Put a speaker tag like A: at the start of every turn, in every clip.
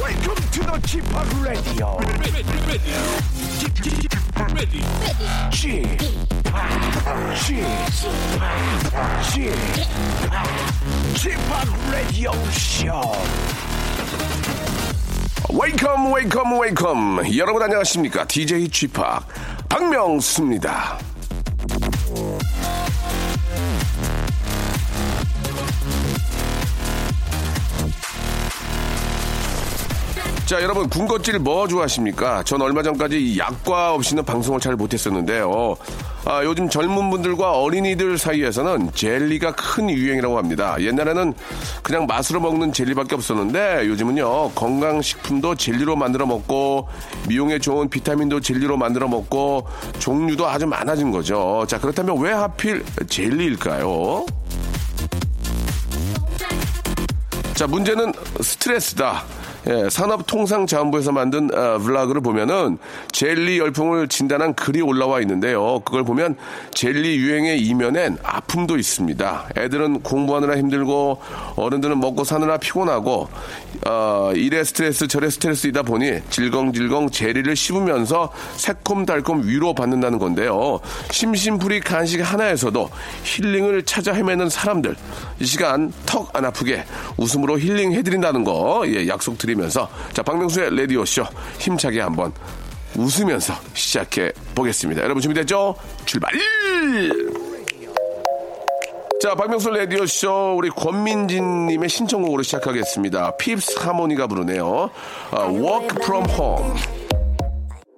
A: Welcome to the Chip Radio. Chip, Chip, Chip Radio Show.
B: 웨이컴 웨이컴 웨이컴 여러분 안녕하십니까 DJ 쥐팍 박명수입니다 자 여러분 군것질 뭐 좋아하십니까 전 얼마 전까지 이 약과 없이는 방송을 잘 못했었는데요 아, 요즘 젊은 분들과 어린이들 사이에서는 젤리가 큰 유행이라고 합니다 옛날에는 그냥 맛으로 먹는 젤리밖에 없었는데 요즘은요 건강식품도 젤리로 만들어 먹고 미용에 좋은 비타민도 젤리로 만들어 먹고 종류도 아주 많아진 거죠 자 그렇다면 왜 하필 젤리일까요? 자, 문제는 스트레스다. 예, 산업통상자원부에서 만든 어, 블로그를 보면은 젤리 열풍을 진단한 글이 올라와 있는데요. 그걸 보면 젤리 유행의 이면엔 아픔도 있습니다. 애들은 공부하느라 힘들고 어른들은 먹고 사느라 피곤하고 어, 일에 스트레스 저래 스트레스이다 보니 질겅질겅 젤리를 씹으면서 새콤달콤 위로받는다는 건데요. 심심풀이 간식 하나에서도 힐링을 찾아 헤매는 사람들 이 시간 턱 안 아프게 웃음으로 힐링 해드린다는 거 예, 약속드리면서 자 박명수의 라디오 쇼 힘차게 한번 웃으면서 시작해 보겠습니다. 여러분 준비됐죠? 출발! 자, 박명수 라디오 쇼 우리 권민진 님의 신청곡으로 시작하겠습니다. 핍스 하모니가 부르네요. 아, Walk from home.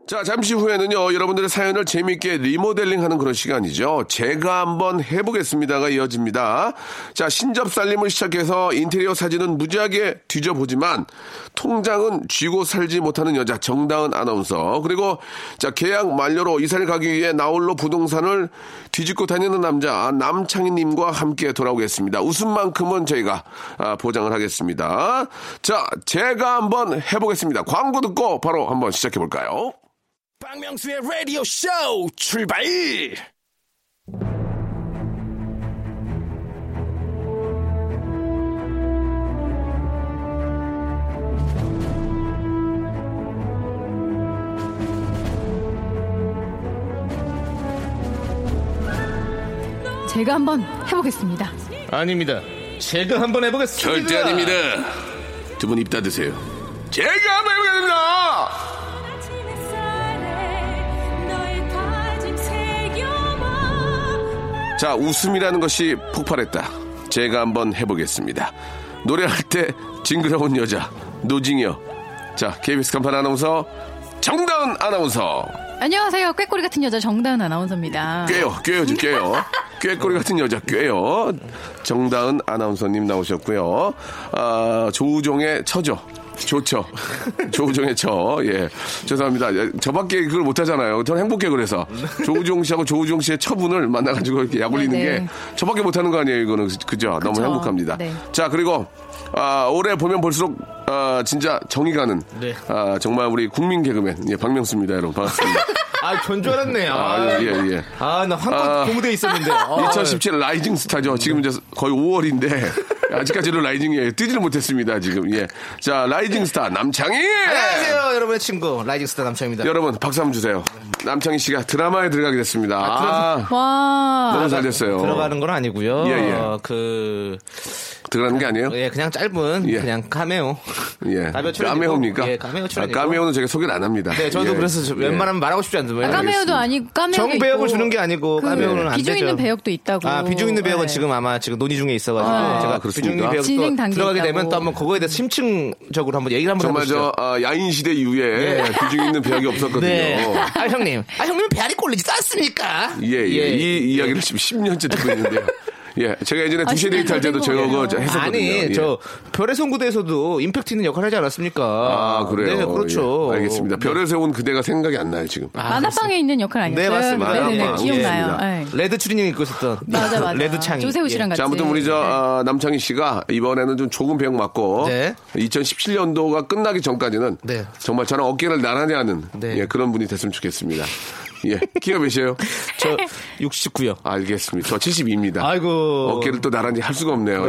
B: 자, 잠시 후에는요, 여러분들의 사연을 재미있게 리모델링 하는 그런 시간이죠. 제가 한번 해보겠습니다가 이어집니다. 자, 신접 살림을 시작해서 인테리어 사진은 무지하게 뒤져보지만, 통장은 쥐고 살지 못하는 여자 정다은 아나운서, 그리고 자, 계약 만료로 이사를 가기 위해 나홀로 부동산을 뒤집고 다니는 남자, 남창희님과 함께 돌아오겠습니다. 웃음만큼은 저희가 아, 보장을 하겠습니다. 자, 제가 한번 해보겠습니다. 광고 듣고 바로 한번 시작해볼까요?
A: 박명수의 라디오 쇼 출발!
C: 제가 한번 해보겠습니다.
D: 아닙니다. 제가 한번 해보겠습니다.
B: 절대 아닙니다. 두 분 입 닫으세요. 제가 한번 해보겠습니다. 자, 웃음이라는 것이 폭발했다. 제가 한번 해보겠습니다. 노래할 때 징그러운 여자 노징여. 자, KBS 간판 아나운서 정다은 아나운서.
C: 안녕하세요. 꾀꼬리 같은 여자 정다은 아나운서입니다.
B: 꾀요, 꾀요, 좀 꾀요. 꾀꼬리 같은 여자 꾀요. 정다은 아나운서님 나오셨고요. 아, 조우종의 처죠. 좋죠. 조우종의 처. 예. 죄송합니다. 예, 저밖에 그걸 못하잖아요. 저는 행복해 그래서. 조우종 씨하고 조우종 씨의 처분을 만나가지고 이렇게 약올리는
C: 네, 네.
B: 게 저밖에 못하는 거 아니에요. 이거는 그죠? 너무
C: 그죠.
B: 행복합니다.
C: 네.
B: 자 그리고 아, 올해 보면 볼수록 아, 진짜 정이 가는
D: 네.
B: 아, 정말 우리 국민 개그맨 예, 박명수입니다. 여러분 반갑습니다.
D: 아, 전줄 알았네. 아,
B: 아, 예, 예, 예.
D: 아, 나 한껏
B: 아.
D: 고무돼 있었는데. 아,
E: 어.
B: 2017 라이징 스타죠. 지금 이제 거의 5월인데 아직까지도 라이징에 뜨지를 못했습니다. 지금 예. 자 라이징 스타 남창희.
D: 안녕하세요, 여러분의 친구 라이징 스타 남창입니다.
B: 여러분 박수 한번 주세요. 남창희 씨가 드라마에 들어가게 됐습니다. 아,
C: 와.
B: 너무 잘 됐어요.
D: 들어가는 건 아니고요.
B: 예, 예.
D: 어, 그
B: 들어가는 게 아니에요?
D: 예, 그냥 짧은
B: 예.
D: 그냥 카메오.
B: 예.
D: 카메오 출연이고,
B: 까메오입니까?
D: 예, 카메오
B: 아,
D: 출연이고.
B: 까메오는 제가 소개를 안 합니다.
D: 네, 저도
B: 예.
D: 그래서 저-
B: 예.
D: 웬만하면 말하고 싶지 않습니다. 왜냐면
C: 까메오도 아니고 까메오.
D: 네, 정 배역을 주는 게 아니고 까메오는 안
C: 그 비중
D: 되죠.
C: 있는 배역도 있다고.
D: 아, 비중 있는 배역은
C: 네.
D: 지금 아마 지금 논의 중에 있어가지고
B: 아,
D: 제가
B: 그렇습니까?
D: 비중 있는 배역 또
C: 진행 단계에
D: 들어가게 되면
C: 있다고.
D: 또 한번 그거에 대해서 심층적으로 한번 얘기를 한번
B: 정말
D: 해보시죠. 예.
B: 저 아, 야인 시대 이후에 비중 있는 배역이 없었거든요.
D: 아 형님. 아 형님은 배앓이 꼴리지 않습니까?
B: 예, 예. 이 이야기를 지금 10년째 듣고 있는데요. 예, 제가 예전에
C: 아,
B: 두시
C: 진짜
B: 데이트 할 때도
C: 잘된
B: 제가
C: 거예요.
B: 그거 했었거든요.
D: 아니
B: 예.
D: 저 별의 성구대에서도 임팩트 있는 역할 하지 않았습니까?
B: 아, 그래요.
D: 네, 그렇죠.
B: 예, 알겠습니다. 별을 세운 그대가 생각이 안 나요,
D: 아,
B: 지금.
C: 만화방에 있는 역할
D: 네,
C: 아니었어요?
D: 맞습니다.
C: 네네네,
B: 만화방.
C: 기억나요.
B: 예.
C: 예.
D: 레드 추리닝 입고 있었던
C: 맞아 맞아.
D: 레드 창이 예.
C: 조세호 씨랑 같이.
B: 자, 아무튼 우리 저
C: 네.
B: 아, 남창희 씨가 이번에는 좀 조금 배역 맞고
D: 네.
B: 2017년도가 끝나기 전까지는
D: 네.
B: 정말 저랑 어깨를 나란히 하는
D: 네.
B: 예, 그런 분이 됐으면 좋겠습니다. 예, 키가 몇이에요?
D: 저 69요.
B: 알겠습니다. 저 72입니다.
D: 아이고.
B: 어깨를 또 나란히 할 수가 없네요.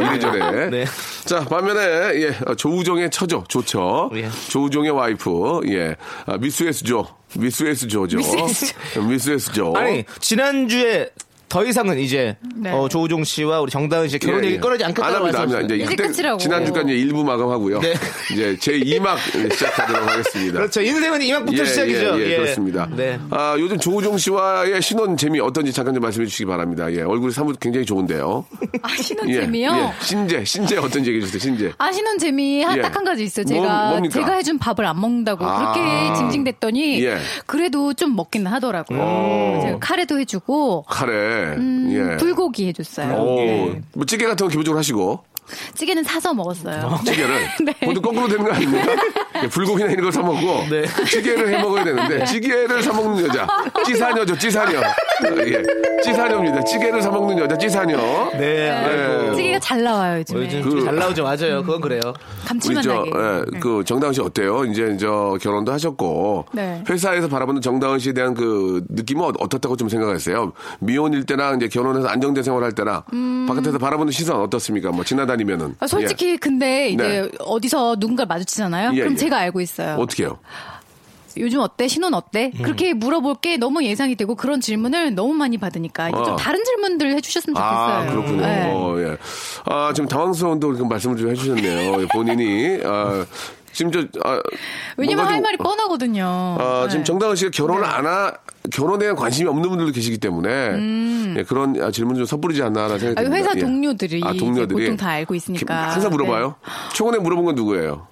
B: 이래저래.
D: 네.
B: 자, 반면에, 예, 어, 조우종의 처조, 조처.
D: 예.
B: 조우종의 와이프, 예. 아, 미스에스 조. 미스에스 조죠.
C: 미스에스
B: 미스에스 조.
D: 아니 지난주에 더 이상은 이제
C: 네.
D: 어, 조우종 씨와 우리 정다은 씨의 결혼
B: 예,
D: 얘기
B: 예.
D: 꺼내지
B: 안
D: 않겠다고
B: 합니다. 합니다.
D: 말씀하셨어요.
B: 이제
C: 이제
B: 그때
C: 끝이라고.
B: 지난주까지 1부 마감하고요.
D: 네.
B: 이제 제 2막 시작하도록 하겠습니다.
D: 그렇죠. 인생은 이만부터 시작이죠.
B: 예, 예,
D: 예.
B: 그렇습니다.
D: 네.
B: 아, 요즘 조우종 씨와의 신혼 재미 어떤지 잠깐 좀 말씀해 주시기 바랍니다. 예, 얼굴이 사뭇 굉장히 좋은데요.
C: 아 신혼
B: 예,
C: 재미요.
B: 예, 신재, 신재 어떤지 얘기해 주세요, 신재.
C: 아 신혼 재미 한
B: 예.
C: 딱 한 가지 있어요.
B: 뭐-
C: 제가
B: 뭡니까?
C: 제가 해준 밥을 안 먹는다고
B: 아.
C: 그렇게 징징댔더니
B: 예.
C: 그래도 좀 먹기는 하더라고요. 제가 카레도 해주고
B: 카레. 예.
C: 음, 불고기 해줬어요.
B: 오,
C: 네.
B: 뭐 찌개 같은 거 기본적으로 하시고
C: 찌개는 사서 먹었어요.
B: 찌개를
C: 네.
B: 보통 거꾸로 되는 거 아닙니까? 예, 불고기나 이런 걸 사 먹고 찌개를 해 먹어야 되는데 찌개를 사 먹는 여자 찌사녀죠 찌사녀 어, 예. 찌사녀입니다 찌개를 사 먹는 여자 찌사녀
D: 네. 아이고.
C: 찌개가 잘 나와요
D: 어,
C: 요즘에.
D: 요즘
B: 그-
D: 좀 잘 나오죠. 맞아요. 그건 그래요.
C: 감칠맛
B: 우리
C: 나게. 네.
B: 저그 예. 정다은 씨 어때요? 이제 저 결혼도 하셨고
C: 네.
B: 회사에서 바라보는 정다은 씨에 대한 그 느낌은 어- 어떻다고 좀 생각하세요? 미혼일 때랑 이제 결혼해서 안정된 생활할 때랑 바깥에서 바라보는 시선 어떻습니까? 뭐 지나다니면은
C: 음. 아, 솔직히 근데 이제
B: 네.
C: 어디서 누군가를 마주치잖아요.
B: 예,
C: 그럼
B: 예.
C: 제가 알고 있어요.
B: 어떻게요?
C: 요즘 어때? 신혼 어때? 그렇게 물어볼 게 너무 예상이 되고 그런 질문을 너무 많이 받으니까 이제
B: 어.
C: 좀 다른 질문들 해주셨으면 좋겠어요.
B: 아, 그렇군요.
C: 네.
B: 어, 예. 아, 지금 당황스러운데 그 말씀을 좀 해주셨네요. 예, 본인이. 아, 지금 저, 아,
C: 왜냐면
B: 뭔가 좀-
C: 할
B: 어.
C: 말이 뻔하거든요.
B: 아,
C: 네.
B: 지금 정다은 씨가 결혼을 안 하, 결혼에 대한 관심이 없는 분들도 계시기 때문에 예, 그런 아, 질문 좀 섣부르지 않나라는 생각이
C: 음. 아,
B: 듭니다.
C: 회사
B: 예.
C: 동료들이
B: 아,
C: 이제
B: 동료들이
C: 보통 다 알고 있으니까. 네.
B: 항상 물어봐요. 최근에 물어본 건 누구예요?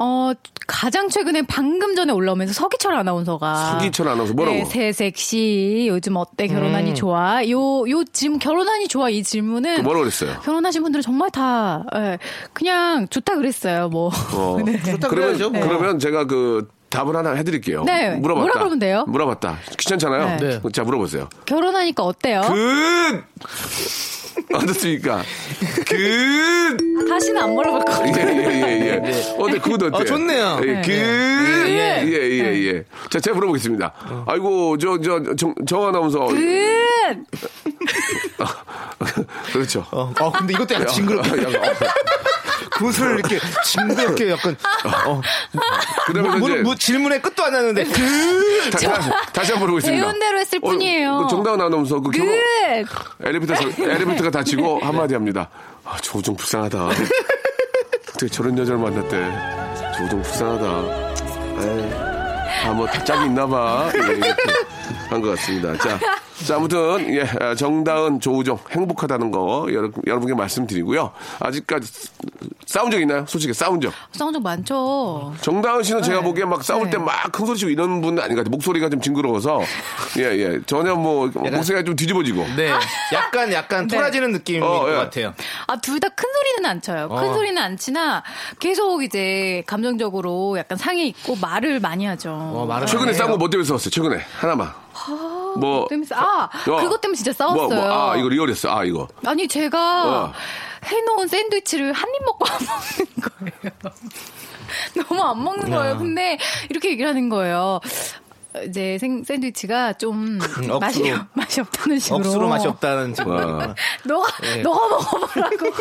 C: 어, 가장 최근에 방금 전에 올라오면서 서기철 아나운서가.
B: 서기철 아나운서 뭐라고? 음.
C: 네, 새 섹시. 요즘 어때? 결혼하니 좋아? 요, 요, 지금 결혼하니 좋아? 이
B: 그
C: 질문은.
B: 뭐라고 그랬어요?
C: 결혼하신 분들은 정말 다, 예, 그냥 좋다 그랬어요, 뭐.
B: 어,
C: 네.
D: 좋다고
B: 그러면
D: 그래야죠, 뭐.
B: 그러면 제가 그 답을 하나 해드릴게요.
C: 네,
B: 물어봤다.
C: 뭐라 그러면 돼요?
B: 물어봤다. 귀찮잖아요.
D: 네.
B: 자 물어보세요.
C: 결혼하니까 어때요?
B: 그 어떻습니까? 그
C: 다시는 안 물어볼 것 같아요.
B: 예예예 예. 어, 근데 그건 어때요?
D: 어, 좋네요.
B: 예, 그
C: 네.
B: 예예예 예, 예. 자, 제가 물어보겠습니다. 아이고, 저 저정 아나운서
C: 끝!
B: 그렇죠. 아,
D: 어, 어, 근데 이것도 약간 징그럽게 구슬을 이렇게 징그럽게 약간 어,
B: 그러면
E: 아,
D: 뭐,
B: 이제
D: 뭐 질문의 끝도 안 나는데 그
B: 다, 다시 다시 한번 물어보겠습니다.
C: 배운 대로 했을 뿐이에요.
B: 정다운 아나운서 그 결혼-
C: 끝!
B: 엘리베이터 자- 엘리베이터가 닫히고 한마디 합니다. 아, 조우종 불쌍하다. 어떻게 저런 여자를 만났대. 조우종 불쌍하다. 에이, 아, 뭐, 다 짝이 있나 봐. 한 것 같습니다. 자, 자, 아무튼, 예, 아, 정다은, 조우종, 행복하다는 거 여러, 여러분께 말씀드리고요. 아직까지 싸운 적 있나요? 솔직히 싸운 적.
C: 싸운 적 많죠.
B: 정다은 씨는 제가
C: 네.
B: 보기에 막 싸울
C: 네.
B: 때 막 큰 소리 치고 이런 분은 아닌 것 같아요. 목소리가 좀 징그러워서. 예, 예. 전혀 뭐, 목소리가 좀 뒤집어지고.
D: 네. 약간 약간
C: 네.
D: 토라지는 느낌인
B: 어,
D: 것
B: 예.
D: 같아요.
C: 아, 둘 다 큰 소리는 안 쳐요. 큰
D: 어.
C: 소리는 안 치나 계속 이제 감정적으로 약간 상해 있고 말을 많이 하죠.
E: 어,
D: 말을
B: 최근에
C: 아,
D: 네.
B: 싸운 거 뭐 때문에 싸웠어요? 최근에 하나만. 뭐
C: 때문에 싸- 아,
B: 어.
C: 그것 때문에 진짜
B: 뭐,
C: 싸웠어요.
B: 뭐, 아 이거 리얼했어. 아 이거.
C: 아니 제가
B: 어.
C: 해놓은 샌드위치를 한 입 먹고 안 먹는 거예요. 너무 안 먹는 거예요.
D: 네.
C: 근데 이렇게 얘기를 하는 거예요. 이제 생- 샌드위치가 좀
D: 음, 억수로.
C: 맛이 맛이 없다는 식으로.
D: 억수로
B: 어.
D: 맛이 없다는 네. 지금.
B: 와.
C: 너가 너가 먹어보라고.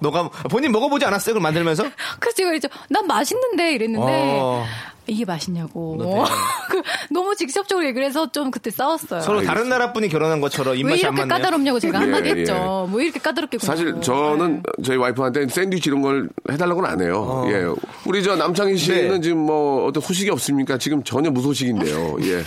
D: 너가 본인 먹어보지 않았어요? 그걸 만들면서?
C: 그래서 제가 이제 난 맛있는데 이랬는데
D: 어.
C: 이게 맛있냐고. 그 너무 직접적으로 얘기를 해서 좀 그때 싸웠어요.
D: 서로 다른 나라 분이 결혼한 것처럼
C: 왜
D: 입맛이 안
C: 이렇게
D: 맞네요.
C: 까다롭냐고 제가 한마디
B: 예,
C: 했죠. 뭐 이렇게 까다롭게 굴냐고.
B: 사실 저는 저희 와이프한테 샌드위치 이런 걸 해달라고는 안 해요. 예. 우리 저 남창희 씨는
D: 어. 네.
B: 지금 뭐 어떤 소식이 없습니까? 지금 전혀 무소식인데요. 예.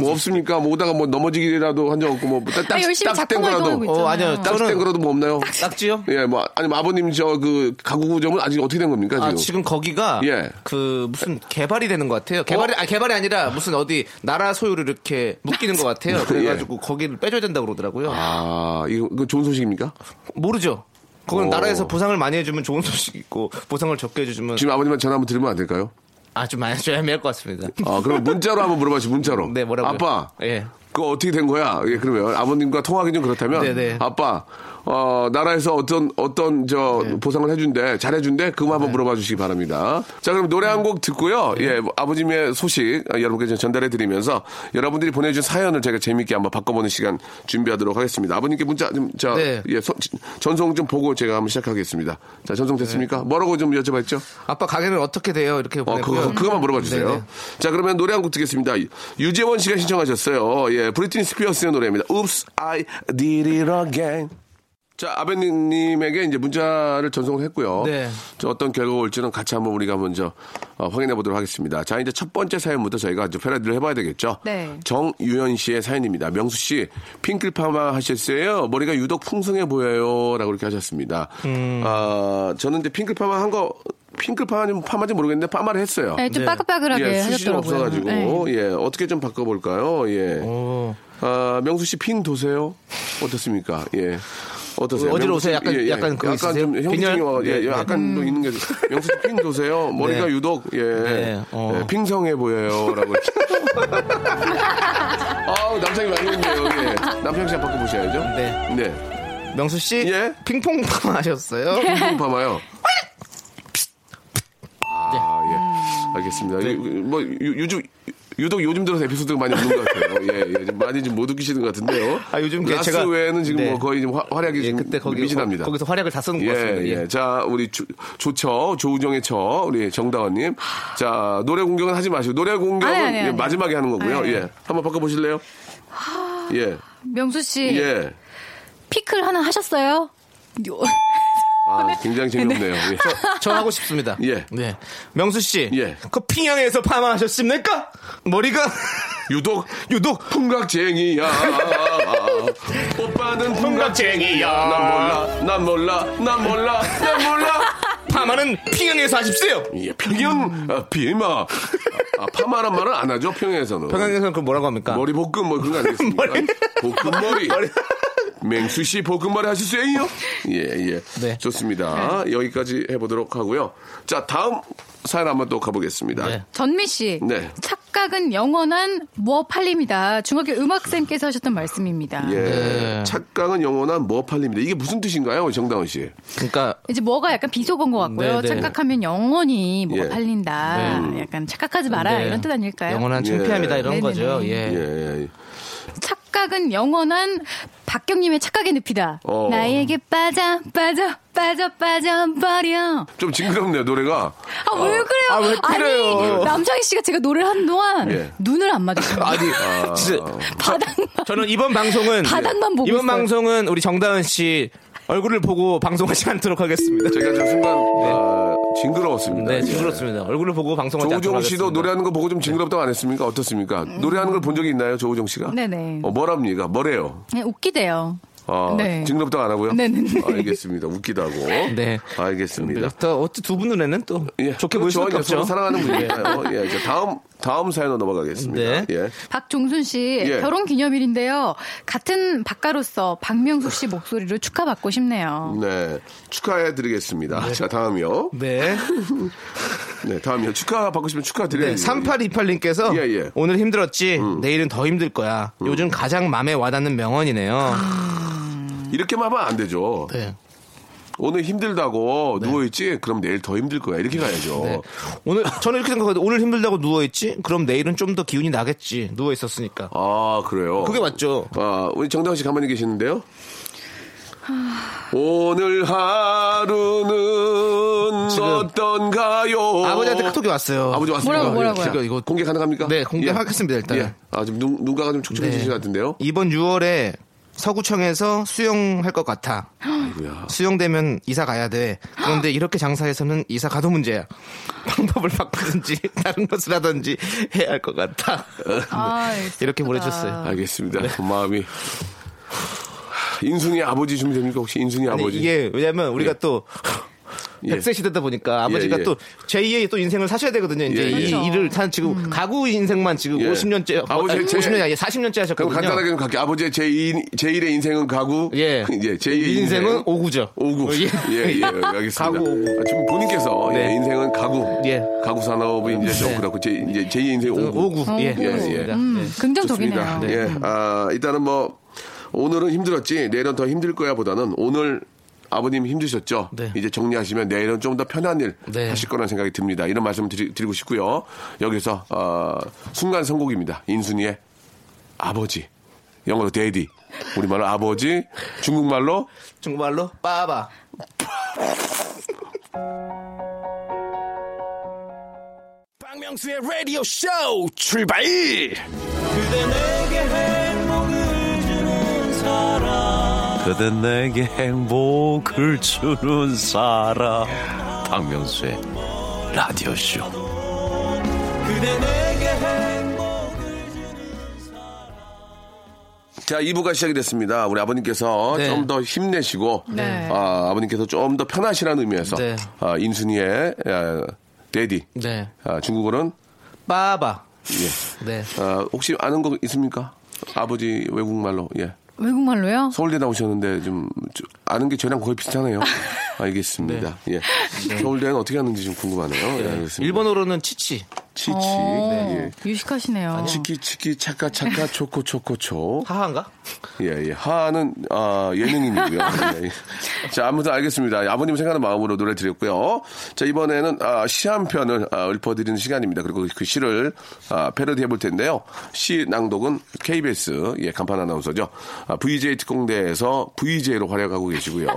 B: 뭐 없습니까? 뭐 오다가 뭐 넘어지기라도 한 적 없고 뭐 딱, 딱,
C: 아니, 네, 열심히
B: 딱, 된
C: 작품을 하고
B: 거라도.
C: 있잖아요.
D: 어, 아니요.
B: 딱된
D: 저는
B: 거라도 뭐 없나요?
D: 딱지요?
B: 예, 뭐, 아니, 뭐 아버님 저 그 가구구점은 아직 어떻게 된 겁니까, 지금?
D: 아, 지금 거기가
B: 예. 어?
D: 그 무슨 개발이
E: 되는 것 같아요. 개발이 아 개발이 아니라 무슨 어디 나라 소유를 이렇게 묶이는 것 같아요. 그래가지고 거기를 빼줘야 된다고 그러더라고요.
B: 예. 아, 이거, 이거 좋은 소식입니까?
D: 아,
E: 모르죠. 그건
B: 오.
E: 나라에서 보상을 많이 해주면 좋은 소식이고 보상을 적게 해주면
B: 지금 아버님한테 전화 한번 드리면 안 될까요?
E: 아좀 많이 좀 애매할 것 같습니다.
B: 아, 그럼 문자로 한번 물어봐주세요, 문자로.
E: 네, 뭐라고요?
B: 아빠.
E: 예.
B: 그거 어떻게 된 거야? 예, 그러면 아버님과 통화하기 좀 그렇다면.
E: 네, 네.
B: 아빠, 어, 나라에서 어떤, 어떤, 저,
E: 네.
B: 보상을 해준대, 잘해준대, 그거 한번 물어봐 주시기 바랍니다. 자, 그럼 노래 한 곡 듣고요.
E: 네.
B: 예, 뭐 아버님의 소식 아, 여러분께 전달해 드리면서 여러분들이 보내준 사연을 제가 재미있게 한번 바꿔보는 시간 준비하도록 하겠습니다. 아버님께 문자 좀, 자,
E: 네.
B: 예, 소- 전송 좀 보고 제가 한번 시작하겠습니다. 자, 전송
E: 네.
B: 됐습니까? 뭐라고 좀 여쭤봤죠?
E: 아빠 가게는 어떻게 돼요? 이렇게
B: 어,
E: 보내고요.
B: 그거, 그거만 물어봐 주세요.
E: 네네.
B: 자, 그러면 노래 한 곡 듣겠습니다. 유재원 씨가 신청하셨어요. 예, 브리트니 스피어스의 노래입니다. Oops, I did it again. 자, 아베님에게 이제 문자를 전송을 했고요.
E: 네.
B: 저 어떤 결과가 올지는 같이 한번 우리가 먼저 어, 확인해 보도록 하겠습니다. 자, 이제 첫 번째 사연부터 저희가 이제 패러디를 해봐야 되겠죠.
C: 네.
B: 정유현 씨의 사연입니다. 명수 씨, 핑클 파마 하셨어요? 머리가 유독 풍성해 보여요. 라고 이렇게 하셨습니다. 아, 저는 이제 핑클 파마 한 거, 핑클 파마는 파마인지 모르겠는데 파마를 했어요.
C: 네, 좀 빠글빠글하게
B: 예, 수시로
C: 하셨더라고요.
B: 없어가지고
C: 네.
B: 예 어떻게 좀 바꿔볼까요? 예.
E: 오.
B: 아 명수 씨 핀 도세요? 어떻습니까? 예. 어떠세요?
E: 어디로
B: 명수 씨, 예,
E: 오세요? 약간- 약간 그거
B: 약간 좀
E: 있으세요?
B: 형중이
E: 빈혈?
B: 와- 예,
E: 네,
B: 예,
E: 네.
B: 약간
C: 음.
B: 또 있는 게 명수 씨 핀 도세요? 머리가
E: 네.
B: 유독 예,
E: 네, 어.
B: 예, 핑성해 보여요라고. 이렇게. 아우 남창이 많이 있네요. 예. 남창 씨한 바꿔보셔야죠.
E: 네.
B: 네.
E: 명수 씨
B: 예?
E: 핑퐁 하셨어요?
C: 예.
B: 핑 봐봐요. 아, 예. 알겠습니다. 유- 뭐, 유, 요즘, 유독 요즘 들어서 에피소드가 많이 없는 것 같아요. 예, 예. 좀 많이 좀 못 웃기시는 것 같은데요.
E: 아, 요즘 그
B: 라스
E: 제가-
B: 외에는 지금
E: 네.
B: 뭐 거의 좀 화- 활약이
E: 예,
B: 지금
E: 그때 거기
B: 미진합니다.
E: 거기서 활약을 다 쓰는 것 같습니다.
B: 예,
E: 예.
B: 예. 자, 우리 조, 조처, 조우정의 처, 우리 정다원님. 자, 노래 공격은 하지 마시고. 노래 공격은
C: 아니, 아니,
B: 예,
C: 아니.
B: 마지막에 하는 거고요.
C: 아니. 네. 아,
B: 예. 한번 바꿔보실래요? 예.
C: 명수 씨
B: 예.
C: 피클 하나 하셨어요?
B: 아, 굉장히 재미없네요. 예.
E: 저 하고 싶습니다.
B: 예.
E: 네. 명수 씨.
B: 예.
E: 그 평양에서 파마하셨습니까? 머리가
B: 유독 유독 풍각쟁이야 오빠는 풍각쟁이야 난 몰라 난 몰라 난 몰라 난 몰라
E: 파마는 평양에서 하십시오.
B: 예, 평양 아, 비마 아, 파마란 말은 안 하죠 평양에서는
E: 평양에서는 그 뭐라고 합니까?
B: 머리 볶음 뭐 그런 거 아니겠습니까 볶음머리 맹수 씨 볶음머리 하실수예요 예예
E: 네.
B: 좋습니다 여기까지 해보도록 하고요 자 다음 사연 한번 또 가보겠습니다
E: 네.
C: 전미 씨.
B: 네.
C: 착각은 영원한 무엇팔림이다 중학교 음악쌤께서 하셨던 말씀입니다.
B: 예 착각은 영원한 뭐 팔립니다 이게 무슨 뜻인가요 정다은 씨
E: 그러니까
C: 이제 뭐가 약간 비속어인 것 같고요.
E: 네, 네.
C: 착각하면 영원히 뭐가
B: 예.
C: 팔린다. 약간 착각하지 마라
E: 네.
C: 이런 뜻 아닐까요?
E: 영원한
B: 예.
E: 창피함이다 이런
C: 네네네.
E: 거죠. 예.
B: 예, 예.
C: 착각은 영원한 박경님의 착각의 늪이다.
B: 어.
C: 나에게 빠져 빠져 빠져 빠져 버려.
B: 좀 징그럽네요 노래가
C: 아 왜 그래요?
E: 아, 왜 그래요?
C: 니 남창희 씨가 제가 노래를 한 동안
B: 예.
C: 눈을 안 맞으셨어요.
E: 아니, 진짜
C: 바닥만.
E: 저는 이번 방송은
C: 바닥만 보고
E: 이번
C: 있어요.
E: 방송은 우리 정다은 씨 얼굴을 보고 방송하지 않도록 하겠습니다.
B: 제가 저 순간 아, 징그러웠습니다. 예.
E: 네, 그렇습니다. 얼굴을 보고 방송하지 않도록
B: 조우종 씨도
E: 하겠습니다.
B: 노래하는 거 보고 좀 징그럽다고 안 했습니까? 어떻습니까? 노래하는 걸 본 적이 있나요, 조우종 씨가?
C: 네네.
B: 어, 뭐랍니까? 뭐래요?
C: 네, 웃기대요.
B: 아,
C: 네.
B: 징그럽다고 안 하고요?
C: 네네네.
B: 알겠습니다. 웃기다고.
E: 네.
B: 알겠습니다.
E: 또 어째 두 분눈에는 또
B: 예,
E: 좋게 보일 수
B: 저는
E: 없죠.
B: 서로 사랑하는 분이에요. 예, 이제 다음 다음 사연으로 넘어가겠습니다.
E: 네.
B: 예.
C: 박종순 씨
B: 예.
C: 결혼 기념일인데요. 같은 박가로서 박명숙 씨 목소리로 축하받고
E: 음,
C: 싶네요.
B: 네. 축하해 드리겠습니다. 자, 다음이요.
E: 네.
B: 네, 다음이요. 축하 받고 싶으면 축하
E: 네,
B: 드려야죠.
E: 3828님께서
B: 예, 음. 예.
E: 오늘 힘들었지 내일은 더 힘들 거야. 요즘 가장 마음에 와닿는 명언이네요.
B: 아, 이렇게만 하면 안 되죠.
E: 네.
B: 오늘 힘들다고 누워있지? 그럼 내일 더 힘들 거야. 이렇게 가야죠.
E: 네. 오늘 저는 이렇게 생각하거든요. 오늘 힘들다고 누워 있지? 그럼 내일은 좀 더 기운이 나겠지. 누워 있었으니까.
B: 아, 그래요?
E: 그게 맞죠.
B: 아, 우리 정다은 씨 가만히 계시는데요?
E: 아.
B: 오늘 하루는
E: 지금
B: 어떤가요?
E: 아버지한테 카톡이 왔어요. 그러니까
B: 아버지 왔습니다.
C: 뭐라고, 뭐라고요?
B: 예, 이거, 이거 공개 가능합니까?
E: 네, 공개하겠습니다, 일단.
B: 예. 아, 지금 눈, 눈가가 좀 촉촉해지신
E: 네.
B: 것 같은데요?
E: 이번 6월에 서구청에서 수영할 것 같아.
B: 아이고야.
E: 수영되면 이사 가야 돼. 그런데 이렇게 장사해서는 이사 가도 문제야. 방법을 바꾸든지 다른 것을 하든지 해야 할 것 같아.
B: 어,
C: 아,
E: 이렇게 보내줬어요.
B: 알겠습니다. 그 마음이. 인순이 아버지 준비됩니까? 혹시 인순이
E: 아니,
B: 아버지?
E: 이게 왜냐면 우리가
B: 예.
E: 또
B: 예.
E: 100세 시대다 보니까 아버지가
B: 예, 예.
E: 또 제2의 또 인생을 사셔야 되거든요. 이제
B: 예, 예.
E: 이 일을 사 지금 가구 인생만 지금
B: 예.
E: 50년째 어,
B: 아버지
E: 아니,
B: 제-
E: 50년이 아니 40년째
B: 그럼
E: 하셨거든요.
B: 간단하게 좀 갈게. 아버지의 뭐 제 제1의 인생은 가구.
E: 예.
B: 이제 제2의
E: 인생은
B: 인생은
E: 오구죠. 어,
B: 오구. 예, 예, 알겠습니다.
E: 가구 오구.
B: 아, 지금 본인께서
E: 네.
B: 예, 인생은 가구.
E: 예.
B: 가구 산업이 이제 좀
E: 네.
B: 그렇고 제 이제 제2의 인생 오구.
E: 오구. 예.
B: 예, 예.
E: 그렇습니다. 네.
C: 어, 음, 긍정적이네요. 음.
B: 좋습니다. 예. 아, 일단은 뭐 오늘은 힘들었지 내일은 더 힘들 거야 보다는 오늘 아버님 힘드셨죠?
E: 네.
B: 이제 정리하시면 내일은 좀 더 편한 일
E: 네.
B: 하실 거라는 생각이 듭니다. 이런 말씀 드리, 고 싶고요. 여기서 어, 순간 선곡입니다. 인순이의 아버지. 영어로 데디. 우리말로 아버지. 중국말로
E: 중국말로 빠바.
A: 박명수의 라디오 쇼 출발!
F: 그대 내게 행복을 주는 사람 박명수의 라디오쇼
B: 자, 2부가 시작이 됐습니다. 우리 아버님께서
E: 네.
B: 좀 더 힘내시고,
C: 네.
B: 아, 아버님께서 좀 더 편하시라는 의미에서,
E: 네.
B: 아, 인순이의 아, 데디,
E: 네.
B: 아, 중국어는,
E: 빠바.
B: 예.
E: 네.
B: 아, 혹시 아는 거 있습니까? 아버지 외국말로, 예.
C: 외국말로요?
B: 서울대 나오셨는데 좀, 저- 아는 게 저랑 거의 비슷하네요. 알겠습니다. 예. 서울대는 어떻게 하는지 좀 궁금하네요. 예, 알겠습니다.
E: 네. 일본어로는 치치.
B: 치치.
E: 네,
C: 어,
B: 예.
E: 아,
C: 유식하시네요.
B: 치키, 치키, 차카, 차카, 초코, 초코, 초.
E: 하하인가?
B: 예, 예. 하는 아, 예능인이고요. 예, 예. 자, 아무튼 알겠습니다. 아버님 생각하는 마음으로 노래 드렸고요. 자, 이번에는 아, 시 한 편을 아, 읊어드리는 시간입니다. 그리고 그 시를 아, 패러디 해볼 텐데요. 시 낭독은 KBS 예, 간판 아나운서죠. 아, VJ 특공대에서 VJ로 활약하고 계시고요.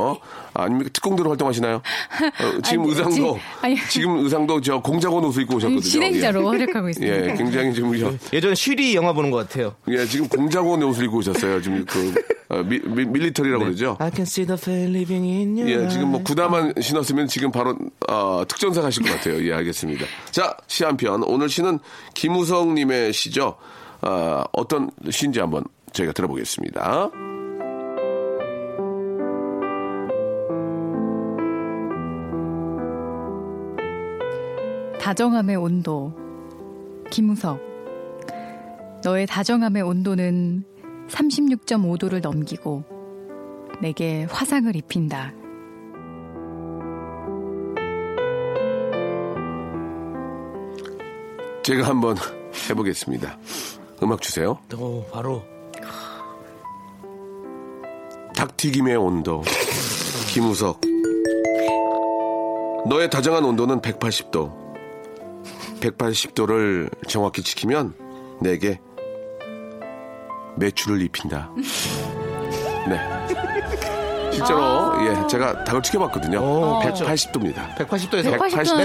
B: 아, 아니면 특공대로 활동하시나요? 어, 지금
C: 아니,
B: 의상도
C: 지- 아니. 음,
B: 지금 의상도 저 공작원 옷을 입고 오셨거든요.
C: 진행자로 활약하고
B: 예,
C: 있습니다.
B: 예 굉장히 지금 저-
E: 예전에 쉬리 영화 보는 것 같아요.
B: 예, 지금 공작원의 옷을 입고 오셨어요. 지금 그 어, 미, 리터리라고 그러죠.
E: I can see the fair living in you.
B: 어. 예, 지금 뭐 구다만 신었으면 지금 바로 어, 특전사 가실 것 같아요. 예, 알겠습니다. 자, 시 한 편. 오늘 시는 김우성 님의 시죠. 어, 어떤 시인지 한번 저희가 들어보겠습니다.
C: 다정함의 온도. 김우석. 너의 다정함의 온도는 36.5도를 넘기고 내게 화상을 입힌다.
B: 제가 한번 해보겠습니다. 음악 주세요.
E: 오, 어, 바로.
B: 닭튀김의 온도. 김우석. 너의 다정한 온도는 180도. 180도를 정확히 지키면 내게 매출을 입힌다. 네. 실제로 예 제가 닭을 튀겨봤거든요.
E: 그렇죠.
B: 180도입니다.
E: 180도에서
C: 180 도에서.
E: 몇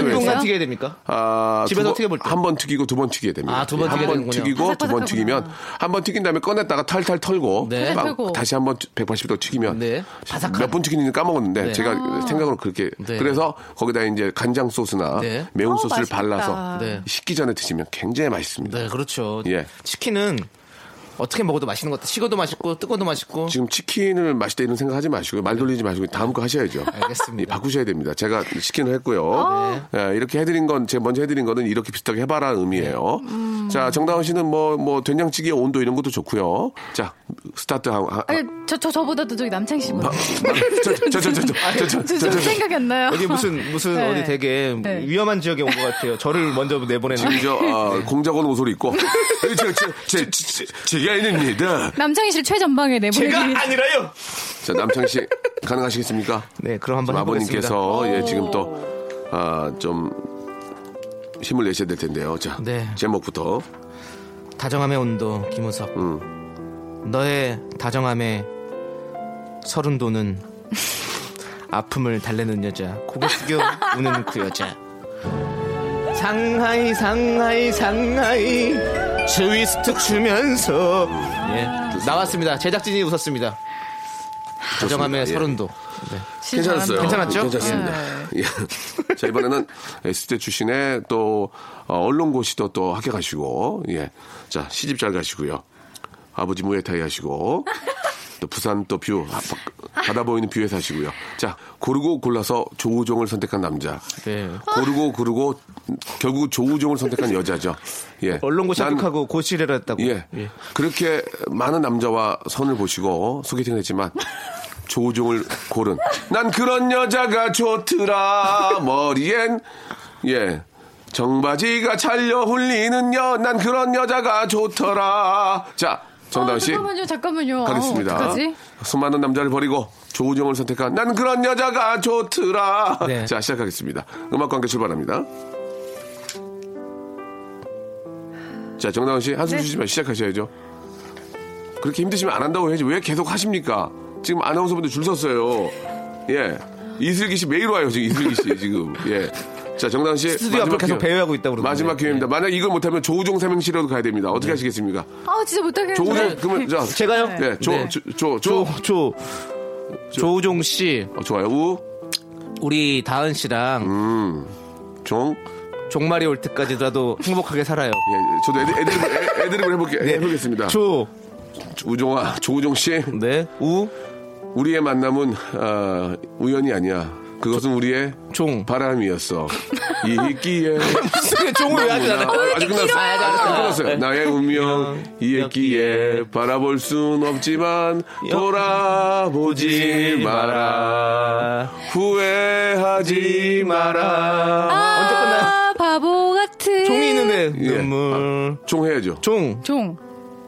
E: 분간
C: 됐어요?
E: 튀겨야 됩니까?
B: 아,
E: 집에서
B: 두 번-
E: 튀겨볼 때.
B: 한 번 튀기고 두 번 튀겨야 됩니다.
E: 아, 두번 튀겨야
B: 한번
E: 되는군요.
B: 튀기고 두 번 튀기면 한 번 튀긴 다음에 꺼냈다가 탈탈 털고
E: 네.
B: 막
C: 탈탈 털고.
B: 다시 한 번 180도 튀기면
E: 네. 바삭한.
B: 몇 분 튀기는지 까먹었는데
E: 네.
B: 제가
C: 아.
B: 생각으로 그렇게
E: 네.
B: 그래서 거기다 이제 간장 소스나
E: 네.
B: 매운
C: 어,
B: 소스를
C: 맛있겠다.
B: 발라서
E: 네.
B: 식기 전에 드시면 굉장히 맛있습니다.
E: 네, 그렇죠.
B: 예.
E: 치킨은 어떻게 먹어도 맛있는 것 같아. 식어도 맛있고, 뜨거도 맛있고.
B: 지금 치킨을 마실 때 이런 생각하지 마시고 말 돌리지 마시고 다음 거 하셔야죠.
E: 알겠습니다.
B: 예, 바꾸셔야 됩니다. 제가 치킨을 했고요. 예, 이렇게 해드린 건 제가 먼저 해드린 거는 이렇게 비슷하게 해봐라 의미예요. 자 정다은 씨는 뭐 뭐 된장찌개 온도 이런 것도 좋고요. 자 스타트 한. 한-
C: 아니, 저, 저, 저보다도 저기 남창 씨 보다.
B: 저, 저, 저, 저, 저, 아, 저, 저, 저, 저,
C: 저, 저
B: 저.
C: 생각이 안 나요.
E: 여기 무슨, 무슨
C: 네.
E: 어디 되게
C: 네.
E: 위험한 지역에 온 것 같아요. 저를 먼저
B: 지금
E: 내보내는.
B: 저 어, 공작원 옷을 입고 저, 저, 저, 저, 저, 제가 있습니다.
C: 남창희 씨를 최전방에 내보내기 위해서.
E: 아니라요!
B: 자 남창 씨 가능하시겠습니까?
E: 네, 그럼 한번
B: 지금
E: 해보겠습니다.
B: 아버님께서 예, 지금 또아좀 힘을 내셔야 될 텐데요. 자
E: 네.
B: 제목부터
E: 다정함의 온도, 김우석. 너의 다정함의 서른도는 아픔을 달래는 여자, 고개 숙여 우는 그 여자. 상하이, 상하이, 상하이, 트위스트 추면서. 예, 나왔습니다. 제작진이 웃었습니다.
B: 좋습니다.
E: 다정함의
B: 예.
E: 서른도.
C: 진짜
B: 괜찮았어요.
C: 잘한다.
E: 괜찮았죠? 네.
B: 괜찮습니다. 예. 자 이번에는 S대 출신의 또 어, 언론고시도 또 합격하시고 예. 자 시집 잘 가시고요. 아버지 무예타이 하시고 또 부산 또 뷰, 아, 바- 바다 보이는 뷰에 사시고요. 자, 고르고 골라서 조우종을 선택한 남자.
E: 네.
B: 고르고 고르고 결국 조우종을 선택한 여자죠. 예.
E: 언론고
B: 난-
E: 샤득하고 고시를 했다고.
B: 예. 그렇게 많은 남자와 선을 보시고 소개팅을 했지만 조우종을 고른 난 그런 여자가 좋더라 머리엔 예 정바지가 잘려 홀리는 여난 그런 여자가 좋더라 자 정다은
C: 아,
B: 씨
C: 잠깐만요, 잠깐만요.
B: 가겠습니다.
C: 아, 어떡하지?
B: 수많은 남자를 버리고 조우종을 선택한 난 그런 여자가 좋더라.
E: 네.
B: 자 시작하겠습니다. 음악 관계 출발합니다. 자 정다은 씨
C: 네.
B: 한숨 쉬지 마 시작하셔야죠. 그렇게 힘드시면 안 한다고 해야지 왜 계속 하십니까? 지금 아나운서분들 줄 섰어요. 예 이슬기 씨 매일 와요 지금 이슬기 씨 지금 예. 자 정다은 씨
E: 스튜디오 앞을
B: 마지막
E: 계속
B: 기회.
E: 배회하고 있다고 그러던데. 네.
B: 마지막 기회입니다. 만약 이걸 못하면 조우종 삼행시라도 가야 됩니다. 어떻게 하시겠습니까?
C: 아, 진짜 못하겠는데.
B: 조우종 그러면 자
E: 네. 제가요?
B: 네, 조,
E: 네.
B: 조, 조, 조,
E: 조, 조, 조우종 씨,
B: 어, 좋아요. 우,
E: 우리 다은 씨랑
B: 종.
E: 종말이 올 때까지라도 행복하게 살아요.
B: 예, 예, 저도 애드, 애드립을, 애- 애드립을 해볼게, 해보겠습니다.
E: 네. 조,
B: 우종아, 조우종 씨,
E: 네, 우,
B: 우리의 만남은, 아, 우연이 아니야. 그것은 우리의
E: 종.
B: 바람이었어. 이기에.
E: 무슨 종을 왜 하지 않아?
B: 아직 끝났어. 아직 끝났어요. 나의 운명, 이기에 바라볼 순 없지만, 돌아보지 마라. 후회하지 마라.
C: 아, 바보 같은.
E: 종이 있는데
B: 예. 아,
E: 눈물.
B: 종 해야죠.
E: 종,
C: 종.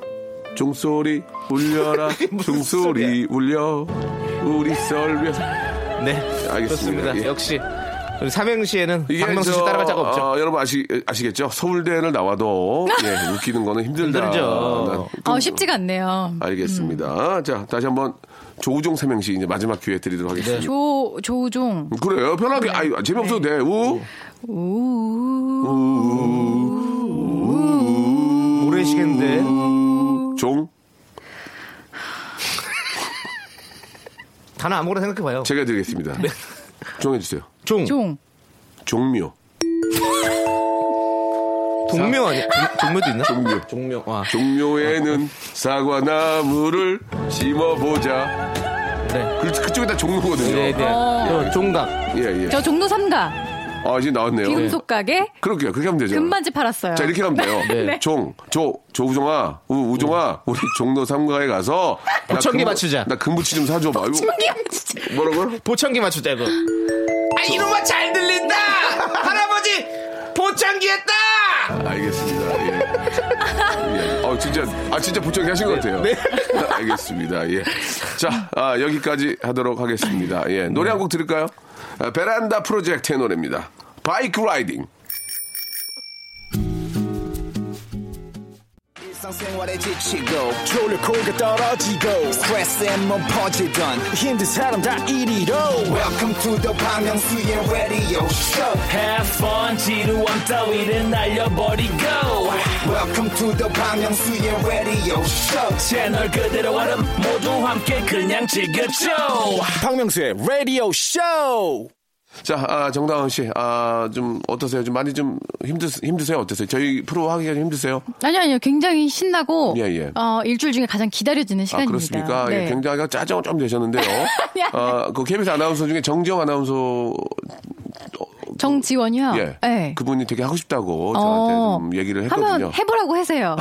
C: 아,
B: 종소리 울려라 종소리 울려 우리 썰면
E: 네,
B: 알겠습니다.
E: 그렇습니다.
B: 예.
E: 역시 우리 삼행시에는 박명수 씨
B: 저,
E: 따라갈 자가 없죠.
B: 어, 여러분 아시, 아시겠죠? 서울대를 나와도 예, 웃기는 거는 힘들다.
E: 힘들죠. 어,
B: 난
C: 아, 쉽지가 않네요.
B: 알겠습니다.
E: 음.
B: 자 다시 한번 조우종 삼행시 이제 마지막 기회 드리도록
E: 네.
B: 하겠습니다. 음,
C: 조, 조종.
B: 그래요 편하게 아유 재미없어도
E: 네.
B: 돼. 우
C: 우.
E: 음. 모래시계인데
B: 종.
E: 단어 아무거나 생각해봐요.
B: 제가 드리겠습니다.
E: 네.
B: 종해주세요.
E: 종,
C: 종.
B: 종묘.
E: 동묘 아니야? 종- 종묘도 있나?
B: 종묘.
E: 종묘. 와, 아,
B: 종묘에는
E: 어.
B: 사과나무를 심어보자.
E: 네.
B: 그, 그쪽에다 종묘거든요.
E: 네, 네. 저 종각.
B: 예, 예.
C: 저 종로 삼가
B: 아, 이제 나왔네요.
C: 비금속 가게.
B: 그렇게요. 그렇게 하면 되죠.
C: 금반지 팔았어요. 네.
B: 자, 이렇게 하면 돼요.
E: 네.
B: 종, 조, 조우종아, 우, 우종아, 우리 종로 삼가에 가서. 나 금부-
E: 보청기 네. 어, 맞추자.
B: 나 금부치 좀 사줘. 봐. 뭐라고요?
E: 보청기 맞추자, 이거. 아, 이놈아 잘 들린다! 할아버지! 보청기 했다!
B: 알겠습니다. 예. 예. 어, 진짜, 아, 진짜 부쩍이 하신 것 같아요. 알겠습니다. 예. 자, 아, 여기까지 하도록 하겠습니다. 예. 노래 한 곡 들을까요? 아, 베란다 프로젝트의 노래입니다. 바이크 라이딩.
A: 일상생활에 지치고, 졸려 코가 떨어지고, 스트레스에 몸 퍼지던, 힘든 사람 다 이리로. welcome to the Bang Myung-soo's radio show
G: Have fun 지루함 따위를 날려버리고
A: welcome to the Bang Myung-soo's radio show
G: 채널 그대로 와름 모두 함께 그냥 즐겨줘
A: 박명수의 radio show
B: 자, 아, 정다은 씨, 아, 좀 어떠세요? 좀 많이 좀 힘드, 힘드세요? 어떠세요? 저희 프로 하기가 좀 힘드세요?
C: 아니, 아니요. 굉장히 신나고.
B: 예, 예.
C: 어, 일주일 중에 가장 기다려지는
B: 아,
C: 시간입니다.
B: 그렇습니까?
C: 네.
B: 예, 굉장히 짜증 좀 되셨는데요. 아, 그 KBS 아나운서 중에 정지영 아나운서
C: 정지원이요?
B: 예.
C: 네.
B: 그분이 되게 하고 싶다고 저한테
C: 어.
B: 좀 얘기를 했거든요.
C: 하면 해보라고 해세요.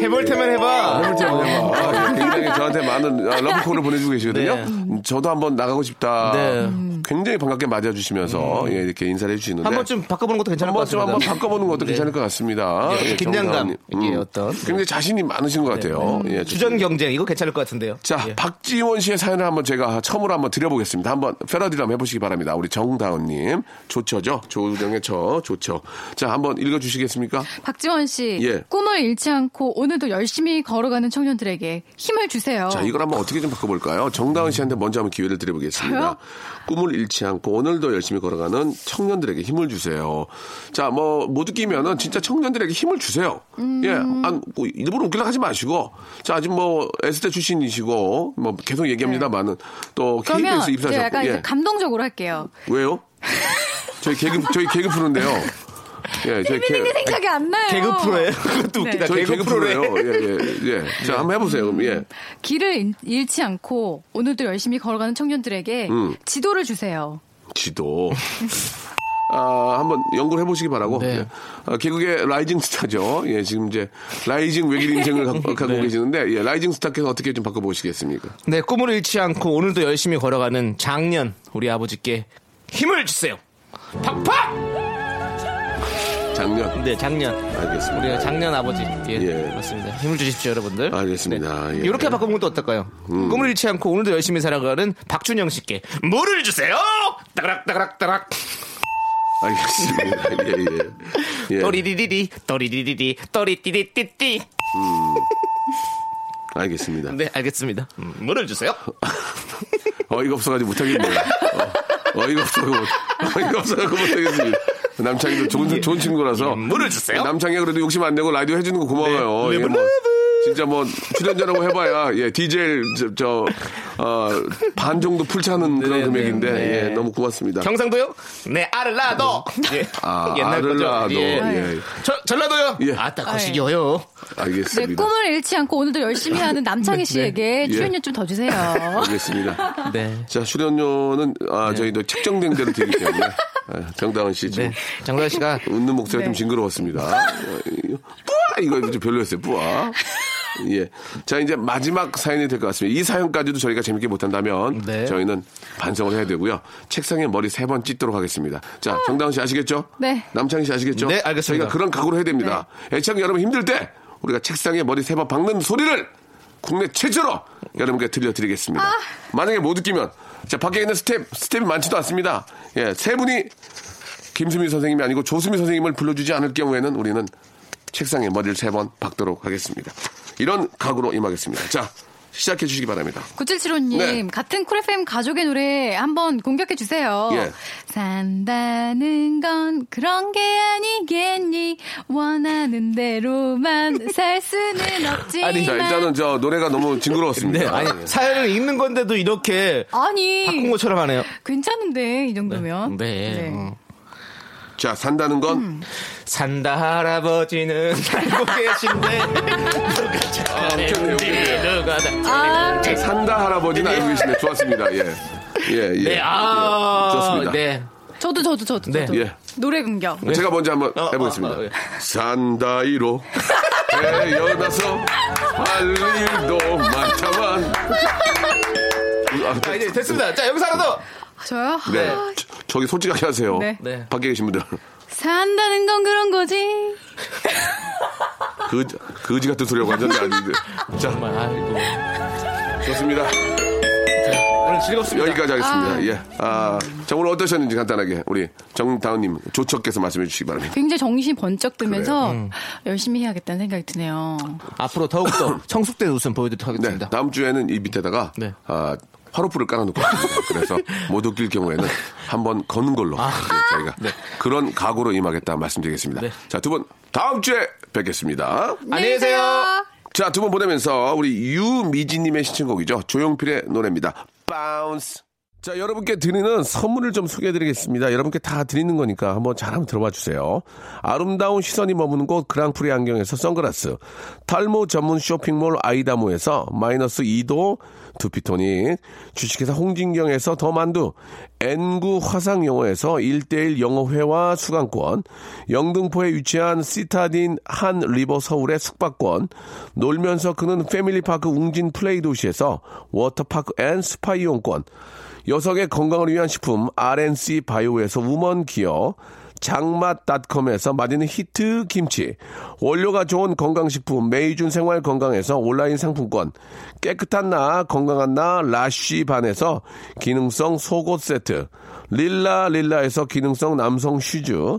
E: 해볼 테면 해봐. 네.
B: 해볼 때마다 아, 굉장히 저한테 많은 아, 러브콜을 보내주고 계시거든요.
E: 네.
B: 음, 저도 한번 나가고 싶다.
E: 네. 음.
B: 굉장히 반갑게 맞아주시면서 예, 이렇게 인사를 해주시는데
E: 한 번쯤 바꿔보는 것도 괜찮을
B: 한
E: 것
B: 번쯤
E: 같습니다. 네.
B: 한번 바꿔보는 것도 괜찮을 것 같습니다.
E: 예, 긴장감,
B: 정다은님.
E: 이게 어떤, 네. 음. 예.
B: 굉장히 자신이 많으신 것 같아요. 예,
E: 주전 경쟁, 이거 괜찮을 것 같은데요.
B: 자, 박지원 씨의 사연을 한번 제가 처음으로 한번 드려보겠습니다. 한번 패러디를 한번 해보시기 바랍니다. 우리 정다은님. 조처죠? 조우정의 처, 조처. 자, 한번 읽어주시겠습니까?
C: 박지원 씨.
B: 예.
C: 꿈을 잃지 않고 오늘도 열심히 걸어가는 청년들에게 힘을 주세요.
B: 자, 이걸 한번 어떻게 좀 바꿔볼까요? 정다은 씨한테 먼저 한번 기회를 드려보겠습니다.
C: 저요?
B: 꿈을 잃지 않고 오늘도 열심히 걸어가는 청년들에게 힘을 주세요. 자, 뭐, 못 웃기면은 진짜 청년들에게 힘을 주세요.
C: 음.
B: 예, 안, 뭐 일부러 웃기려고 하지 마시고. 자, 아직 뭐, 에스테 출신이시고, 뭐, 계속 얘기합니다만은 또
C: 네. 그러면
B: KBS
C: 제가
B: 입사하셨고.
C: 약간
B: 예.
C: 이제 감동적으로 할게요.
B: 왜요? 저희 개그, 저희 개그 푸는데요. 예, 저희 개,
C: 게 생각이 안 나요.
E: 개그 프로예요? 그것도
C: 네.
E: 웃기다.
B: 저희 개그
E: 개그 프로예요.
B: 프로예요. 예, 예, 예. 자, 한번 해보세요. 그럼, 예.
C: 길을 잃- 잃지 않고 오늘도 열심히 걸어가는 청년들에게
B: 음.
C: 지도를 주세요.
B: 지도. 아, 한번 연구를 해보시기 바라고.
E: 네.
B: 예. 아, 개국의 라이징 스타죠. 예, 지금 이제 라이징 외길 인생을 갖고, 갖고 계시는데, 예, 라이징 스타께서 어떻게 좀 바꿔보시겠습니까?
E: 네, 꿈을 잃지 않고 오늘도 열심히 걸어가는 작년 우리 아버지께 힘을 주세요. 팍팍!
B: 작년.
E: 네, 작년.
B: 알겠습니다.
E: 우리 작년 아버지. 예,
B: 예.
E: 그렇습니다. 힘을 주십시오, 여러분들.
A: 아,
B: 알겠습니다. 예.
E: 이렇게 바꾸는 것도 어떨까요?
A: 음.
E: 꿈을 잃지 않고 오늘도 열심히 살아가는 박준영 씨께 물을 주세요. 따락 따락 따락.
B: 알겠습니다. 예, 예. 예.
E: 또리리리리 또리리리리 또리띠리띠띠.
B: 알겠습니다.
E: 네, 알겠습니다. 음, 물을 주세요.
B: 어이가 없어가지고 못하겠네요. 어, 어이가 없어서 못, 어이가 없어서 못하겠습니다. 남창이도 좋은, 좋은 친구라서.
E: 예. 물을 주세요. 네,
B: 남창이 그래도 욕심 안 내고 라디오 해주는 거 고마워요. 예, 뭐, 진짜 뭐, 출연자라고 해봐야, 예, 디젤, 저, 저, 어, 반 정도 풀차는 그런
E: 네,
B: 금액인데,
E: 네, 네.
B: 예, 너무 고맙습니다.
E: 경상도요? 네, 아를라도. 예.
B: 아,
E: 옛날 거죠.
B: 아를라도.
E: 예.
B: 예.
E: 저, 전라도요?
B: 예.
E: 아따 거시기요.
C: 내
B: 알겠습니다.
C: 네,
B: 네. 예.
C: 꿈을 잃지 않고 오늘도 열심히 하는 남창희 씨에게 출연료 좀 더 주세요.
B: 알겠습니다.
E: 네.
B: 자, 출연료는, 아, 저희도 책정된 대로 드리기 때문에. 아, 정다은 씨 지금
E: 네. 장도현 씨가
B: 웃는 목소리 가좀 징그러웠습니다. 어, 이거 뿌아 이거 좀 별로였어요. 뿌아. 예. 자 이제 마지막 사연이 될 것 같습니다. 이 사연까지도 저희가 재밌게 못한다면
E: 네.
B: 저희는 반성을 해야 되고요. 책상에 머리 세 번 찢도록 하겠습니다. 자 정다은 씨 아시겠죠?
C: 네.
B: 남창희 씨 아시겠죠?
E: 네, 알겠습니다. 네.
B: 저희가 그런 각오를 해야 됩니다. 애청 여러분 힘들 때 우리가 책상에 머리 세 번 박는 소리를 국내 최초로 여러분께 들려드리겠습니다.
E: 아.
B: 만약에 못 웃기면 자 밖에 있는 스텝 스텝이 많지도 않습니다. 예, 세 분이 김수미 선생님이 아니고 조수미 선생님을 불러주지 않을 경우에는 우리는 책상에 머리를 세 번 박도록 하겠습니다. 이런 각오로 임하겠습니다. 자, 시작해 주시기 바랍니다.
C: 9775님,
B: 네.
C: 같은 쿨FM 가족의 노래 한번 공격해 주세요.
B: 예.
C: 산다는 건 그런 게 아니겠니? 원하는 대로만 살 수는 없지만.
B: 자, 일단은 저 노래가 너무 징그러웠습니다.
E: 네, 아니 사연을 읽는 건데도 이렇게
C: 아니,
E: 바꾼 것처럼 하네요.
C: 괜찮은데, 이 정도면.
E: 네. 어.
B: 자, 산다는 건
E: 산다 할아버지는 알고 계신데 누가
B: 웃겼네요,
E: 착한지
B: 웃겼네요.
E: 누가 다
C: 아,
B: 산다 할아버지는 알고 계시네. 좋았습니다. 예. 예, 예.
E: 네, 아,
B: 예, 좋습니다.
E: 네.
C: 저도, 저도, 저도.
E: 네.
C: 저도.
B: 예.
C: 노래 공격.
B: 제가 먼저 한번
E: 어,
B: 해보겠습니다.
E: 어, 어, 예.
B: 산다이로 태어나서 할 일도 많다만. 아,
E: 자, 이제 됐습니다. 자, 여기서 하나 더.
C: 저요?
B: 네.
C: 아,
B: 저- 저기 솔직하게 하세요.
C: 네.
E: 네.
B: 밖에 계신 분들.
C: 산다는 건 그런 거지.
B: 그, 그지 같은 소리하고 완전히 아닌데. 자,
E: 정말 아이고.
B: 좋습니다.
E: 오늘 즐겁습니다.
B: 여기까지 하겠습니다. 예. 아, 자, 오늘 어떠셨는지 간단하게 우리 정다운님 조처께서 말씀해 주시기 바랍니다.
C: 굉장히 정신이 번쩍 뜨면서
E: 음.
C: 열심히 해야겠다는 생각이 드네요.
E: 앞으로 더욱더 성숙된 웃음
B: 네.
E: 보여드리도록 하겠습니다.
B: 다음 주에는 이 밑에다가,
E: 네.
B: 아, 화로불을 깔아놓고 있습니다. 그래서 못 웃길 경우에는 한번 거는 걸로 예, 저희가 그런 각오로 임하겠다 말씀드리겠습니다.
E: 아. 네.
B: 자, 두 분 다음 주에 뵙겠습니다.
E: 안녕히 계세요.
B: 자, 두 분 보내면서 우리 유미진님의 신청곡이죠. 조용필의 노래입니다. 바운스. 자, 여러분께 드리는 선물을 좀 소개해드리겠습니다. 여러분께 다 드리는 거니까 한번 잘 한번 들어봐 주세요. 아름다운 시선이 머무는 곳 그랑프리 안경에서 선글라스, 탈모 전문 쇼핑몰 아이다모에서 마이너스 2도 두피토닉, 주식회사 홍진경에서 더만두, N구 화상영어에서 1대1 영어회화 수강권, 영등포에 위치한 시타딘 한 리버 서울의 숙박권, 놀면서 그는 패밀리파크 웅진 플레이 도시에서 워터파크 앤 스파 이용권, 여성의 건강을 위한 식품 RNC 바이오에서 우먼 기어 장맛닷컴에서 맛있는 히트 김치 원료가 좋은 건강식품 메이준 생활 건강에서 온라인 상품권 깨끗한 나 건강한 나 라쉬 반에서 기능성 속옷 세트 릴라 릴라에서 기능성 남성 슈즈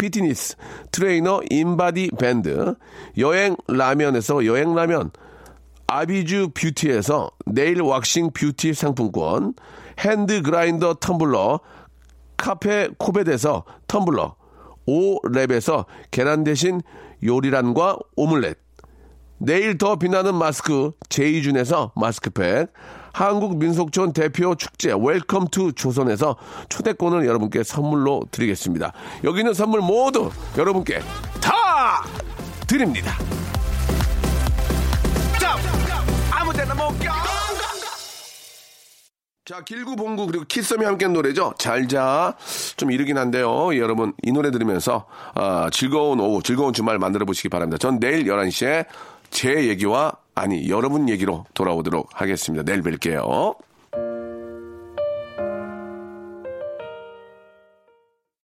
B: 피트니스 트레이너 인바디 밴드 여행 라면에서 여행 라면 아비주 뷰티에서 네일 왁싱 뷰티 상품권 핸드 그라인더 텀블러 카페 코베에서 텀블러 오랩에서 계란 대신 요리란과 오믈렛 내일 더 빛나는 마스크 제이준에서 마스크팩 한국민속촌 대표 축제 웰컴 투 조선에서 초대권을 여러분께 선물로 드리겠습니다. 여기 있는 선물 모두 여러분께 다 드립니다. 자, 길구 봉구 그리고 키썸이 함께한 노래죠. 잘자. 좀 이르긴 한데요. 여러분 이 노래 들으면서 아, 즐거운 오후, 즐거운 주말 만들어 보시기 바랍니다. 전 내일 11시에 제 얘기와 아니 여러분 얘기로 돌아오도록 하겠습니다. 내일 뵐게요.